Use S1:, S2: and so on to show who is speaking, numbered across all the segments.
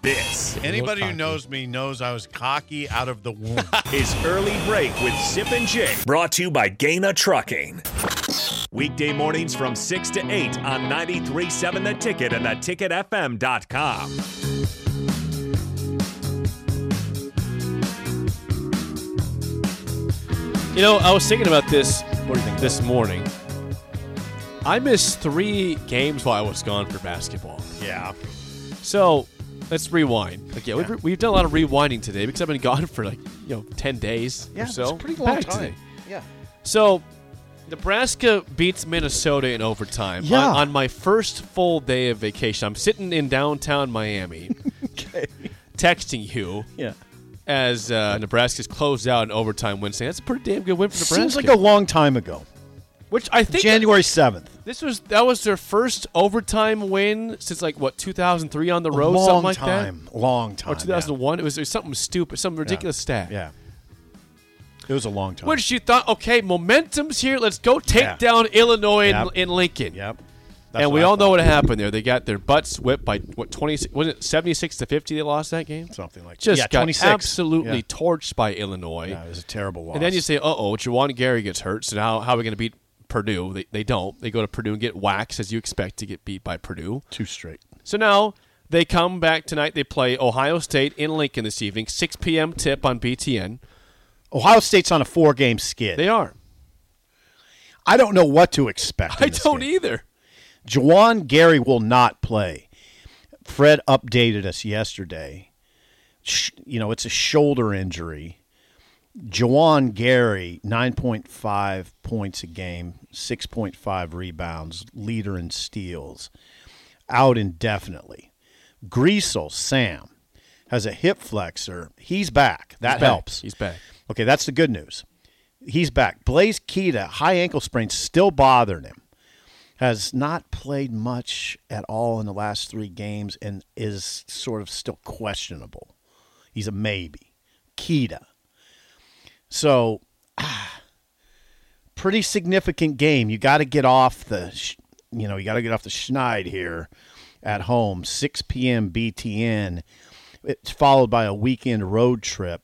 S1: This
S2: Anybody who knows me knows I was cocky out of the womb.
S1: is Early Break with Sip and Jake, brought to you by Gaina Trucking. Weekday mornings from 6 to 8 on 93.7 The Ticket and theticketfm.com.
S3: You know, I was thinking about this this morning. I missed three games while I was gone for basketball.
S2: yeah.
S3: So let's rewind. Like, yeah, We've, we've done a lot of rewinding today because I've been gone for like you know ten days or so. Back today.
S2: Yeah.
S3: So Nebraska beats Minnesota in overtime.
S2: Yeah.
S3: On, on my first full day of vacation, I'm sitting in downtown Miami, texting you
S4: Yeah.
S3: as uh, Nebraska's closed out an overtime win. Saying that's a pretty damn good win for Nebraska.
S4: Seems like a long time ago.
S3: which I think
S4: January 7th.
S3: This was that was their first overtime win since like what 2003 on the road,
S4: long
S3: something like
S4: time. Long
S3: that,
S4: time.
S3: or 2001. It, was, it was something stupid, some
S4: yeah.
S3: ridiculous stat.
S4: Yeah. It was a long time.
S3: Which you thought, okay, momentum's here. Let's go take
S4: Yeah.
S3: down Illinois and,
S4: Yep.
S3: and Lincoln.
S4: Yep. That's
S3: And we
S4: I
S3: all know
S4: thought.
S3: what happened there. They got their butts whipped by what 20 was it 76 to 50 they lost that game?
S4: Something like that.
S3: Just
S4: Yeah,
S3: got
S4: 26.
S3: absolutely
S4: Yeah.
S3: torched by Illinois.
S4: Yeah, it was a terrible loss.
S3: And then you say, uh oh, Jawan Gary gets hurt. So now how are we going to beat Purdue? They, they don't. They go to Purdue and get waxed as you expect to get beat by Purdue.
S4: two straight.
S3: So now they come back tonight. They play Ohio State in Lincoln this evening, 6 p.m. tip on BTN.
S4: Ohio State's on a four-game skid.
S3: They are.
S4: I don't know what to expect. in
S3: I
S4: this
S3: don't
S4: game.
S3: either.
S4: Jawan Gary will not play. Fred updated us yesterday. Sh- You know, it's a shoulder injury. Jawan Gary, 9.5 points a game, 6.5 rebounds, leader in steals, out indefinitely. Greasel, Sam, has a hip flexor. He's back. That
S3: back.
S4: helps.
S3: He's back.
S4: Okay, that's the good news. He's back. Blaze Keita, high ankle sprain, still bothering him has not played much at all in the last three games and is sort of still questionable. He's a maybe. Keita. So, ah, pretty significant game. You got to get off the, sh- you know, you got to get off the schneid here at home. 6 p.m. BTN. It's followed by a weekend road trip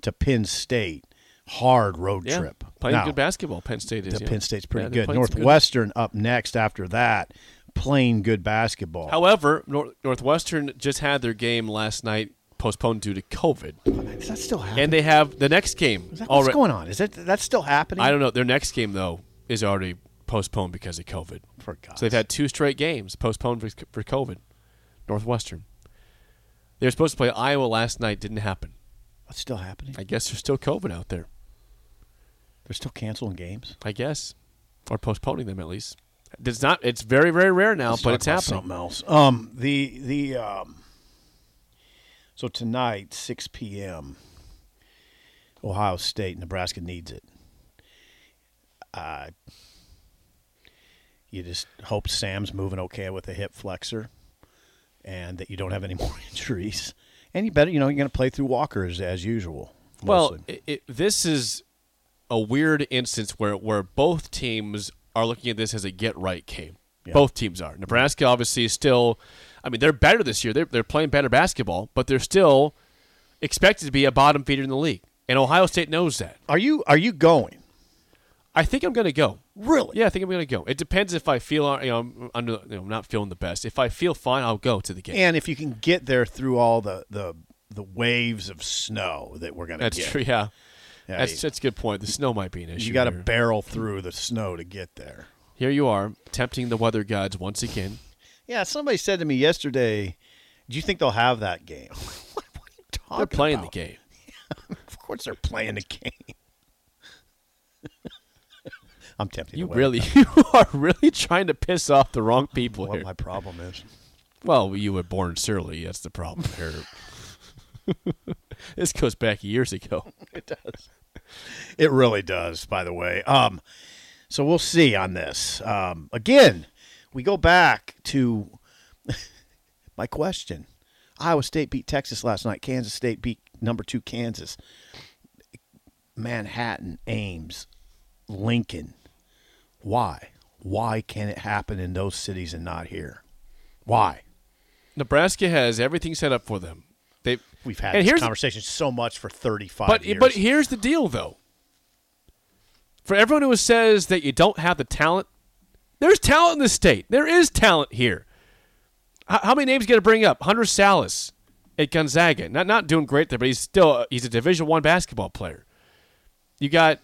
S4: to Penn State. Hard road
S3: Yeah.
S4: trip.
S3: Playing
S4: Now-
S3: good basketball. Penn State is.
S4: the
S3: yeah.
S4: Penn State's
S3: Yeah,
S4: pretty
S3: they're
S4: good.
S3: playing some
S4: Northwestern up next after that, playing good basketball.
S3: However, Nor- Northwestern just had their game last night postponed due to COVID.
S4: Is that still happening?
S3: And they have the next game.
S4: Is that what's
S3: already.
S4: going on? Is that that's still happening?
S3: I don't know. Their next game, though, is already postponed because of COVID.
S4: For God's
S3: So they've had two straight games postponed for, for COVID. Northwestern. They were supposed to play Iowa last night. Didn't happen.
S4: What's still happening?
S3: I guess there's still COVID out there.
S4: They're still canceling games.
S3: I guess, or postponing them at least. It's not. It's very very rare now,
S4: Let's
S3: but
S4: talk
S3: it's
S4: about
S3: happening.
S4: Something else. Um, the the um. So tonight, six p.m. Ohio State, Nebraska needs it. Uh, you just hope Sam's moving okay with a hip flexor, and that you don't have any more injuries. And you better, you know, you're going to play through walkers as usual.
S3: Well,
S4: mostly.
S3: it, it, this is a weird instance where where both teams are looking at this as a get right game.
S4: Yeah.
S3: Both teams are. Nebraska obviously is still. I mean, they're better this year. They're they're playing better basketball, but they're still expected to be a bottom feeder in the league, and Ohio State knows that.
S4: are you are you going?
S3: I think I'm going to go.
S4: Really?
S3: Yeah, I think I'm gonna go. It depends if I feel you know I'm under, you know, not feeling the best. If I feel fine, I'll go to the game.
S4: And if you can get there through all the the, the waves of snow that we're gonna
S3: that's
S4: get,
S3: true. Yeah,
S4: Yeah,
S3: that's
S4: you-
S3: that's a good point. The snow might be an issue.
S4: you got to
S3: here.
S4: barrel through the snow to get there.
S3: Here you are tempting the weather gods once again.
S4: Yeah, somebody said to me yesterday, "Do you think they'll have that game?" what, what are you talking?
S3: They're playing
S4: about?
S3: the game.
S4: Of course, they're playing the game. I'm tempted.
S3: You
S4: away.
S3: really, you are really trying to piss off the wrong people
S4: what
S3: here.
S4: my problem is.
S3: Well, you were born surly. That's the problem here. this goes back years ago.
S4: It really does, by the way. Um, so we'll see on this. Um, again, we go back to my question. Iowa State beat Texas last night. Kansas State beat number two Kansas. Manhattan, Ames, Lincoln. Why? Why can it happen in those cities and not here? Why?
S3: Nebraska has everything set up for them. They
S4: We've had
S3: And
S4: this
S3: here's-
S4: conversation so much for 35
S3: but
S4: years.
S3: but here's the deal though. For everyone who says that you don't have the talent, there's talent in the state. There is talent here. How, how many names you got to bring up? Hunter Salas at Gonzaga, not not doing great there, but he's still uh, he's a Division One basketball player. You got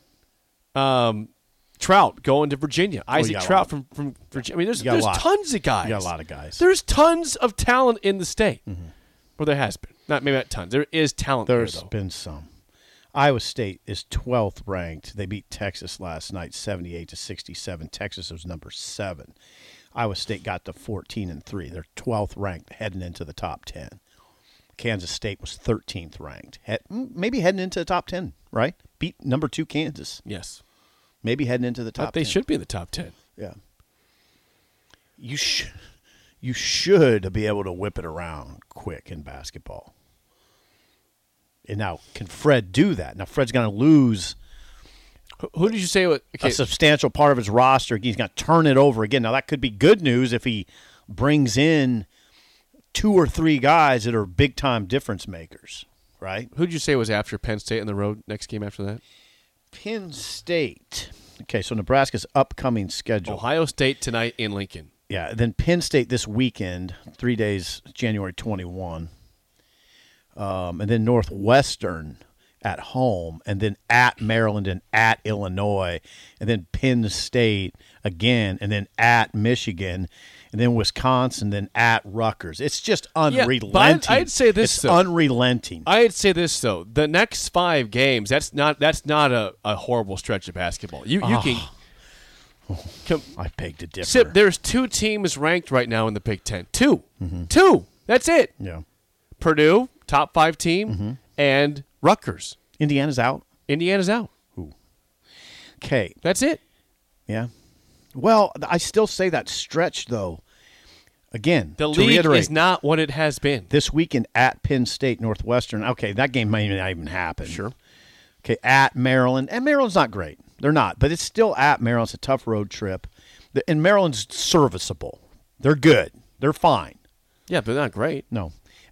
S3: um, Trout going to Virginia. Isaac
S4: Oh, got a
S3: Trout
S4: lot.
S3: from from Virginia. I mean, there's
S4: You got a
S3: there's
S4: lot.
S3: tons of guys.
S4: You got a lot of guys. Mm-hmm.
S3: There's tons of talent in the state. Well, there has been. Not maybe not tons. There is talent there,
S4: There's
S3: though.
S4: been some. Iowa State is 12th ranked. They beat Texas last night 78 to 67. Texas was number 7. Iowa State got to 14 and 3. They're 12th ranked heading into the top 10. Kansas State was 13th ranked. Head, mm, maybe heading into the top 10, right? Beat number 2 Kansas.
S3: Yes.
S4: Maybe heading into the top
S3: But they
S4: 10.
S3: should be in the top 10.
S4: Yeah. You sh- you should be able to whip it around quick in basketball. And now, can Fred do that? Now, Fred's going to lose
S3: Who, who did you say? What, okay,
S4: a substantial part of his roster. He's going to turn it over again. Now, that could be good news if he brings in two or three guys that are big time difference makers, right?
S3: who did you say was after Penn State on the road next game after that?
S4: Penn State. Okay, so Nebraska's upcoming schedule.
S3: Ohio State tonight in Lincoln.
S4: Yeah, then Penn State this weekend, three days, January 21. Um, and then Northwestern at home, and then at Maryland and at Illinois, and then Penn State again, and then at Michigan, and then Wisconsin, then at Rutgers. It's just
S3: but I'd-
S4: unrelenting.
S3: I'd say this,
S4: It's
S3: though.
S4: unrelenting.
S3: I'd say this though: the next five games, that's not that's not a, a horrible stretch of basketball. You you can, com-
S4: I beg to differ.
S3: Sip, There's two teams ranked right now in the Big Ten. 2 two. That's it.
S4: yeah.
S3: Purdue, top five team, and Rutgers.
S4: Indiana's out.
S3: Indiana's out.
S4: Okay.
S3: That's it.
S4: Yeah. Well, th- I still say that stretch though. Again,
S3: The
S4: to
S3: league
S4: reiterate,
S3: is not what it has been.
S4: this weekend at Penn State Northwestern. Okay, that game may not even happen. Sure. Okay, at Maryland, and Maryland's not great. They're not, but it's still at Maryland. It's a tough road trip, The- and Maryland's serviceable. They're good. They're fine.
S3: Yeah, but not great.
S4: No,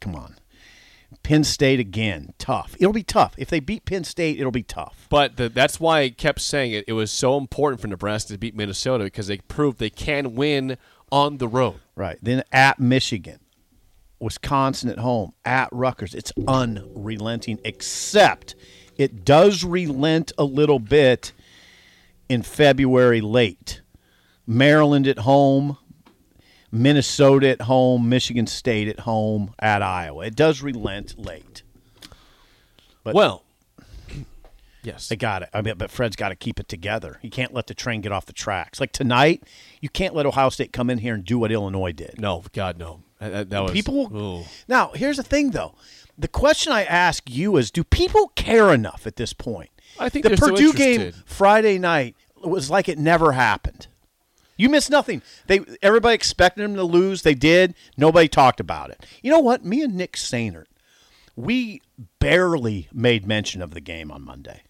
S4: Come on. Penn State again. Tough. It'll be tough. If they beat Penn State, it'll be tough.
S3: But the, that's why I kept saying it. It was so important for Nebraska to beat Minnesota because they proved they can win on the road.
S4: Right. Then at Michigan, Wisconsin at home, at Rutgers. It's unrelenting, except it does relent a little bit in February late. Maryland at home, Minnesota at home, Michigan State at home, at Iowa. It does relent late. But-
S3: well, yes.
S4: They got it. I mean, but Fred's got to keep it together. He can't let the train get off the tracks. Like tonight, you can't let Ohio State come in here and do what Illinois did.
S3: No, God, no. That- That, that was
S4: People will-
S3: Ooh.
S4: Now, here's the thing, though. The question I ask you is: Do people care enough at this point?
S3: I think
S4: the
S3: they're still
S4: Purdue game
S3: interested.
S4: Friday night was like it never happened. You missed nothing. They everybody expected them to lose. They did. Nobody talked about it. You know what? Me and Nick Sainert, we barely made mention of the game on Monday.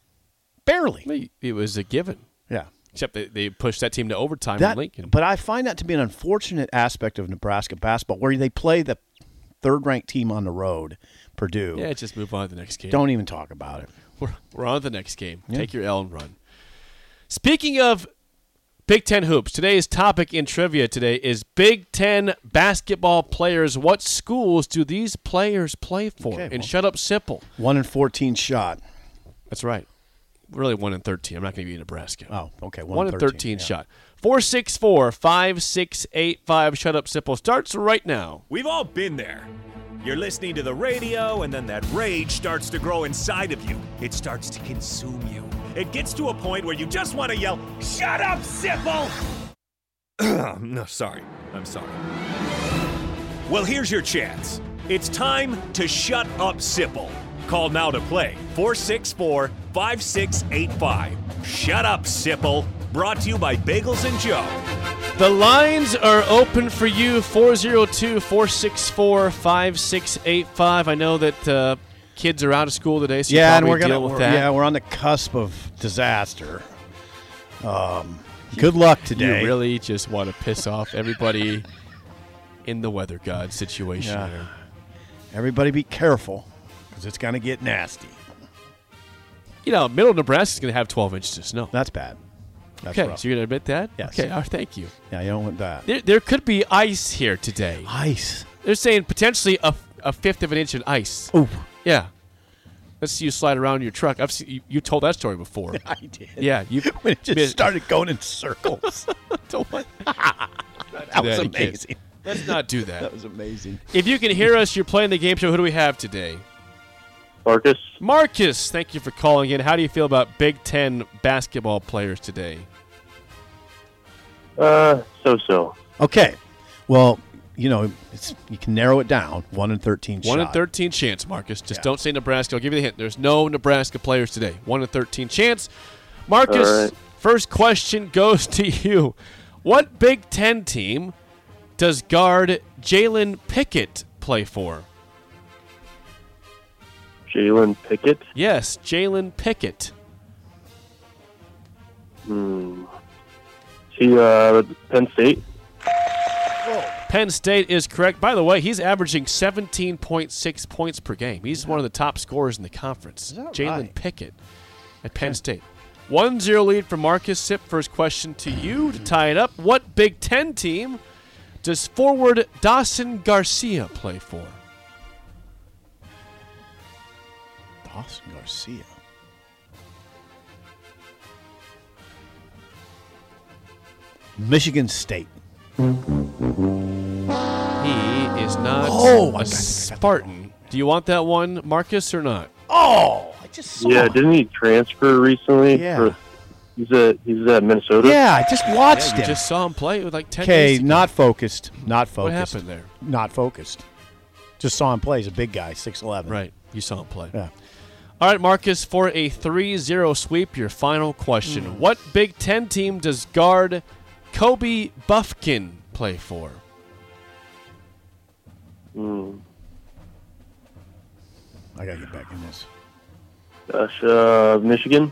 S4: Barely.
S3: Well, It was a given.
S4: Yeah.
S3: Except they, they pushed that team to overtime in
S4: That,
S3: Lincoln.
S4: but I find that to be an unfortunate aspect of Nebraska basketball, where they play the third-ranked team on the road, Purdue.
S3: yeah, just move on to the next game.
S4: Don't even talk about it.
S3: We're, we're on to the next game. Take your L and run. Speaking of Big Ten hoops, today's topic in trivia today is Big Ten basketball players. What schools do these players play for?
S4: Okay,
S3: and
S4: well-
S3: shut up, simple.
S4: One in fourteen shot.
S3: That's right. Really, one in thirteen. I'm not going to be in Nebraska.
S4: Oh, okay, one
S3: One,
S4: in
S3: in
S4: 13,
S3: thirteen
S4: yeah.
S3: shot. Four six four five six eight five. Shut up, simple starts right now.
S1: We've all been there. You're listening to the radio, and then that rage starts to grow inside of you. It starts to consume you. It gets to a point where you just want to yell, Shut up, Sipple! no, sorry. I'm sorry. Well, here's your chance. It's time to shut up, Sipple. Call now to play 464 5685. Shut up, Sipple. Brought to you by Bagels and Joe.
S3: The lines are open for you 402 464 5685. I know that uh, kids are out of school today, so
S4: yeah,
S3: you're
S4: and
S3: probably
S4: we're gonna.
S3: dealing with
S4: we're-
S3: that.
S4: Yeah, we're on the cusp of disaster. Um, good luck
S3: you
S4: today.
S3: really just want to piss off everybody in the weather god situation.
S4: Yeah.
S3: here.
S4: Everybody, be careful, because it's gonna get nasty.
S3: You know, middle Nebraska's going to have 12 inches of snow.
S4: That's bad. That's
S3: okay,
S4: rough.
S3: so you're going to admit that?
S4: Yes.
S3: Okay, all right, thank you.
S4: yeah, you don't want that.
S3: There, there could be ice here today.
S4: Ice.
S3: They're saying potentially a, a fifth of an inch of ice.
S4: Ooh,
S3: Yeah. Let's see you slide around in your truck. I've seen, you, you told that story before.
S4: I did.
S3: Yeah, you
S4: when it just
S3: miss-
S4: started going in circles.
S3: Don't want-
S4: that was
S3: That again.
S4: amazing.
S3: Let's not do that.
S4: That was amazing.
S3: If you can hear us, you're playing the game show. Who do we have today?
S5: Marcus,
S3: Marcus, thank you for calling in. How do you feel about Big Ten basketball players today?
S5: uh, so-so.
S4: Okay, well, you know, it's you can narrow it down. One in thirteen.
S3: One in
S4: shot.
S3: thirteen chance, Marcus. Just
S4: Yeah.
S3: don't say Nebraska. I'll give you the hint. There's no Nebraska players today. One in thirteen chance. Marcus,
S5: All right.
S3: first question goes to you. What Big Ten team does guard Jalen Pickett play for?
S5: Jalen Pickett.
S3: Yes, Jalen Pickett.
S5: Is he uh, Penn State?
S3: Penn State is correct. By the way, he's averaging 17.6 points per game. He's one of the top scorers in the conference.
S4: that
S3: Jalen
S4: right?
S3: Pickett at Penn State. 1 0 lead for Marcus. Sip, first question to you to tie it up. What Big Ten team does forward Dawson Garcia play for?
S4: Dawson Garcia. Michigan State.
S3: He is
S4: Oh, I got- I
S3: not a
S4: got that
S3: Spartan. Do you want that one, Marcus, or not?
S4: Oh, I just saw.
S5: Yeah,
S4: it.
S5: didn't he transfer recently?
S4: Yeah.
S5: For, he's at he's at Minnesota.
S4: yeah, I just
S3: Yeah,
S4: watched
S3: you
S4: it.
S3: just saw him play with like 10
S4: okay,
S3: days ago.
S4: not focused. Not
S3: What
S4: focused.
S3: happened there?
S4: Not focused. Just saw him play. He's a big guy, six eleven.
S3: Right. You saw him play.
S4: Yeah.
S3: All right, Marcus, for a 3 0 sweep, your final question. What Big Ten team does guard Kobe Buffkin play for?
S4: I gotta get back in this.
S5: Gosh, uh, Michigan.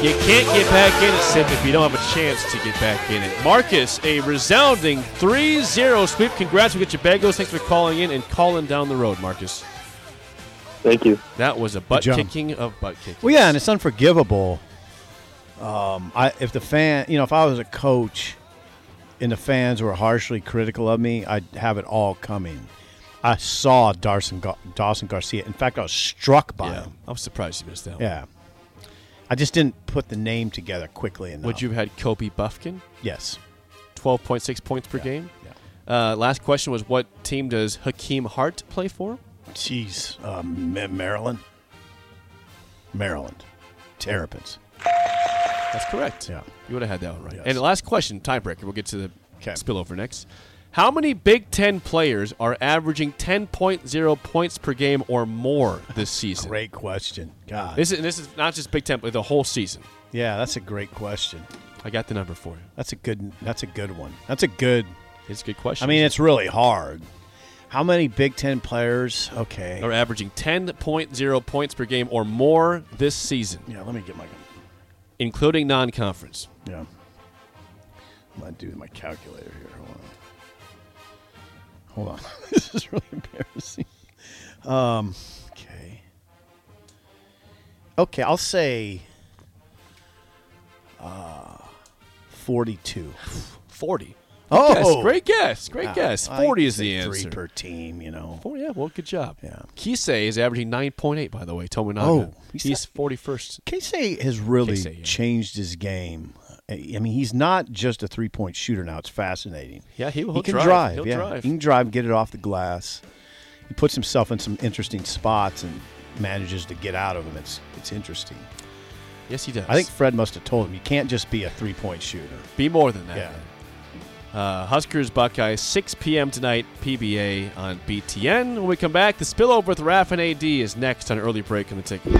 S3: You can't get back in it, Sim, if you don't have a chance to get back in it. Marcus, a resounding 3 0 sweep. Congrats. We get your bagos. Thanks for calling in and calling down the road, Marcus.
S5: Thank you.
S3: That was a butt
S4: job.
S3: kicking of butt kicking.
S4: Well, yeah, and it's unforgivable. Um, I if the fan, you know, if I was a coach, and the fans were harshly critical of me, I'd have it all coming. I saw Dawson Ga- Dawson Garcia. In fact, I was struck by
S3: Yeah,
S4: him.
S3: I'm surprised you missed that one.
S4: Yeah, I just didn't put the name together quickly enough.
S3: Would you have had Kobe Buffkin?
S4: Yes.
S3: 12.6 points per game.
S4: Yeah.
S3: Uh, last question was what team does Hakeem Hart play for?
S4: Jeez, um, Ma- Maryland. Maryland, Terrapins.
S3: That's correct.
S4: Yeah.
S3: You would have had that one right.
S4: Yes.
S3: And the last question, tiebreaker. We'll get to the
S4: 'Kay.
S3: spillover next. How many Big Ten players are averaging 10.0 points per game or more this season?
S4: Great question. God.
S3: This is, and this is not just Big Ten, but the whole season.
S4: yeah, that's a great question.
S3: I got the number for you.
S4: That's a good. That's a good one. That's a good.
S3: It's a good question.
S4: I mean, it's really hard. How many Big Ten players? Okay.
S3: are averaging 10.0 points per game or more this season,
S4: Yeah, let me get my.
S3: including non conference.
S4: Yeah. I'm gonna do my calculator here. Hold on. Hold on. this is really embarrassing. Um. Okay. Okay, I'll say. Uh, forty-two.
S3: 40.
S4: Oh,
S3: Yes, great guess. Great
S4: Wow.
S3: guess.
S4: I
S3: 40 is
S4: think
S3: the answer.
S4: Three per team, you know.
S3: Oh yeah, well, good job.
S4: Yeah.
S3: Kisei is averaging nine point eight, by the way. Tominaga.
S4: Oh,
S3: he's,
S4: he's
S3: forty first.
S4: Casey has really
S3: Casey, yeah.
S4: changed his game. I I mean, he's not just a three point shooter now. It's fascinating.
S3: Yeah, he will
S4: he can
S3: drive.
S4: drive.
S3: He'll
S4: yeah,
S3: drive.
S4: he can drive, get it off the glass. He puts himself in some interesting spots and manages to get out of them. It's it's interesting.
S3: Yes, he does.
S4: I think Fred must have told him you can't just be a three point shooter.
S3: be more than that.
S4: Yeah.
S3: Uh, Huskers Buckeyes, 6 p.m. tonight, PBA on BTN. When we come back, the spillover with Raf and AD is next on early break in the ticket.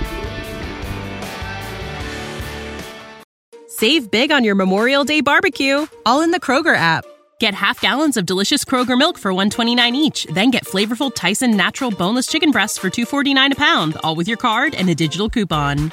S6: Save big on your Memorial Day barbecue, all in the Kroger app. Get half gallons of delicious Kroger milk for 129 each, then get flavorful Tyson natural boneless chicken breasts for 249 a pound, all with your card and a digital coupon.